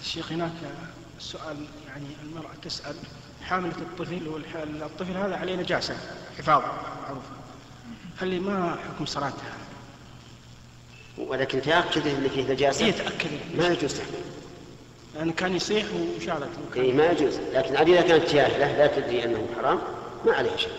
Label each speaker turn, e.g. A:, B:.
A: الشيخ هناك سؤال يعني المرأة تسأل حاملة الطفل والحال الطفل هذا عليه نجاسة حفاظ معروف هل لي ما حكم صلاتها؟
B: ولكن تأكد اللي فيه نجاسة
A: إيه تأكد
B: ما يجوز تحمل
A: لأن كان يصيح وشالته وكان-
B: إيه ما يجوز لكن عاد إذا كانت جاهلة لا تدري أنه حرام ما عليها شيء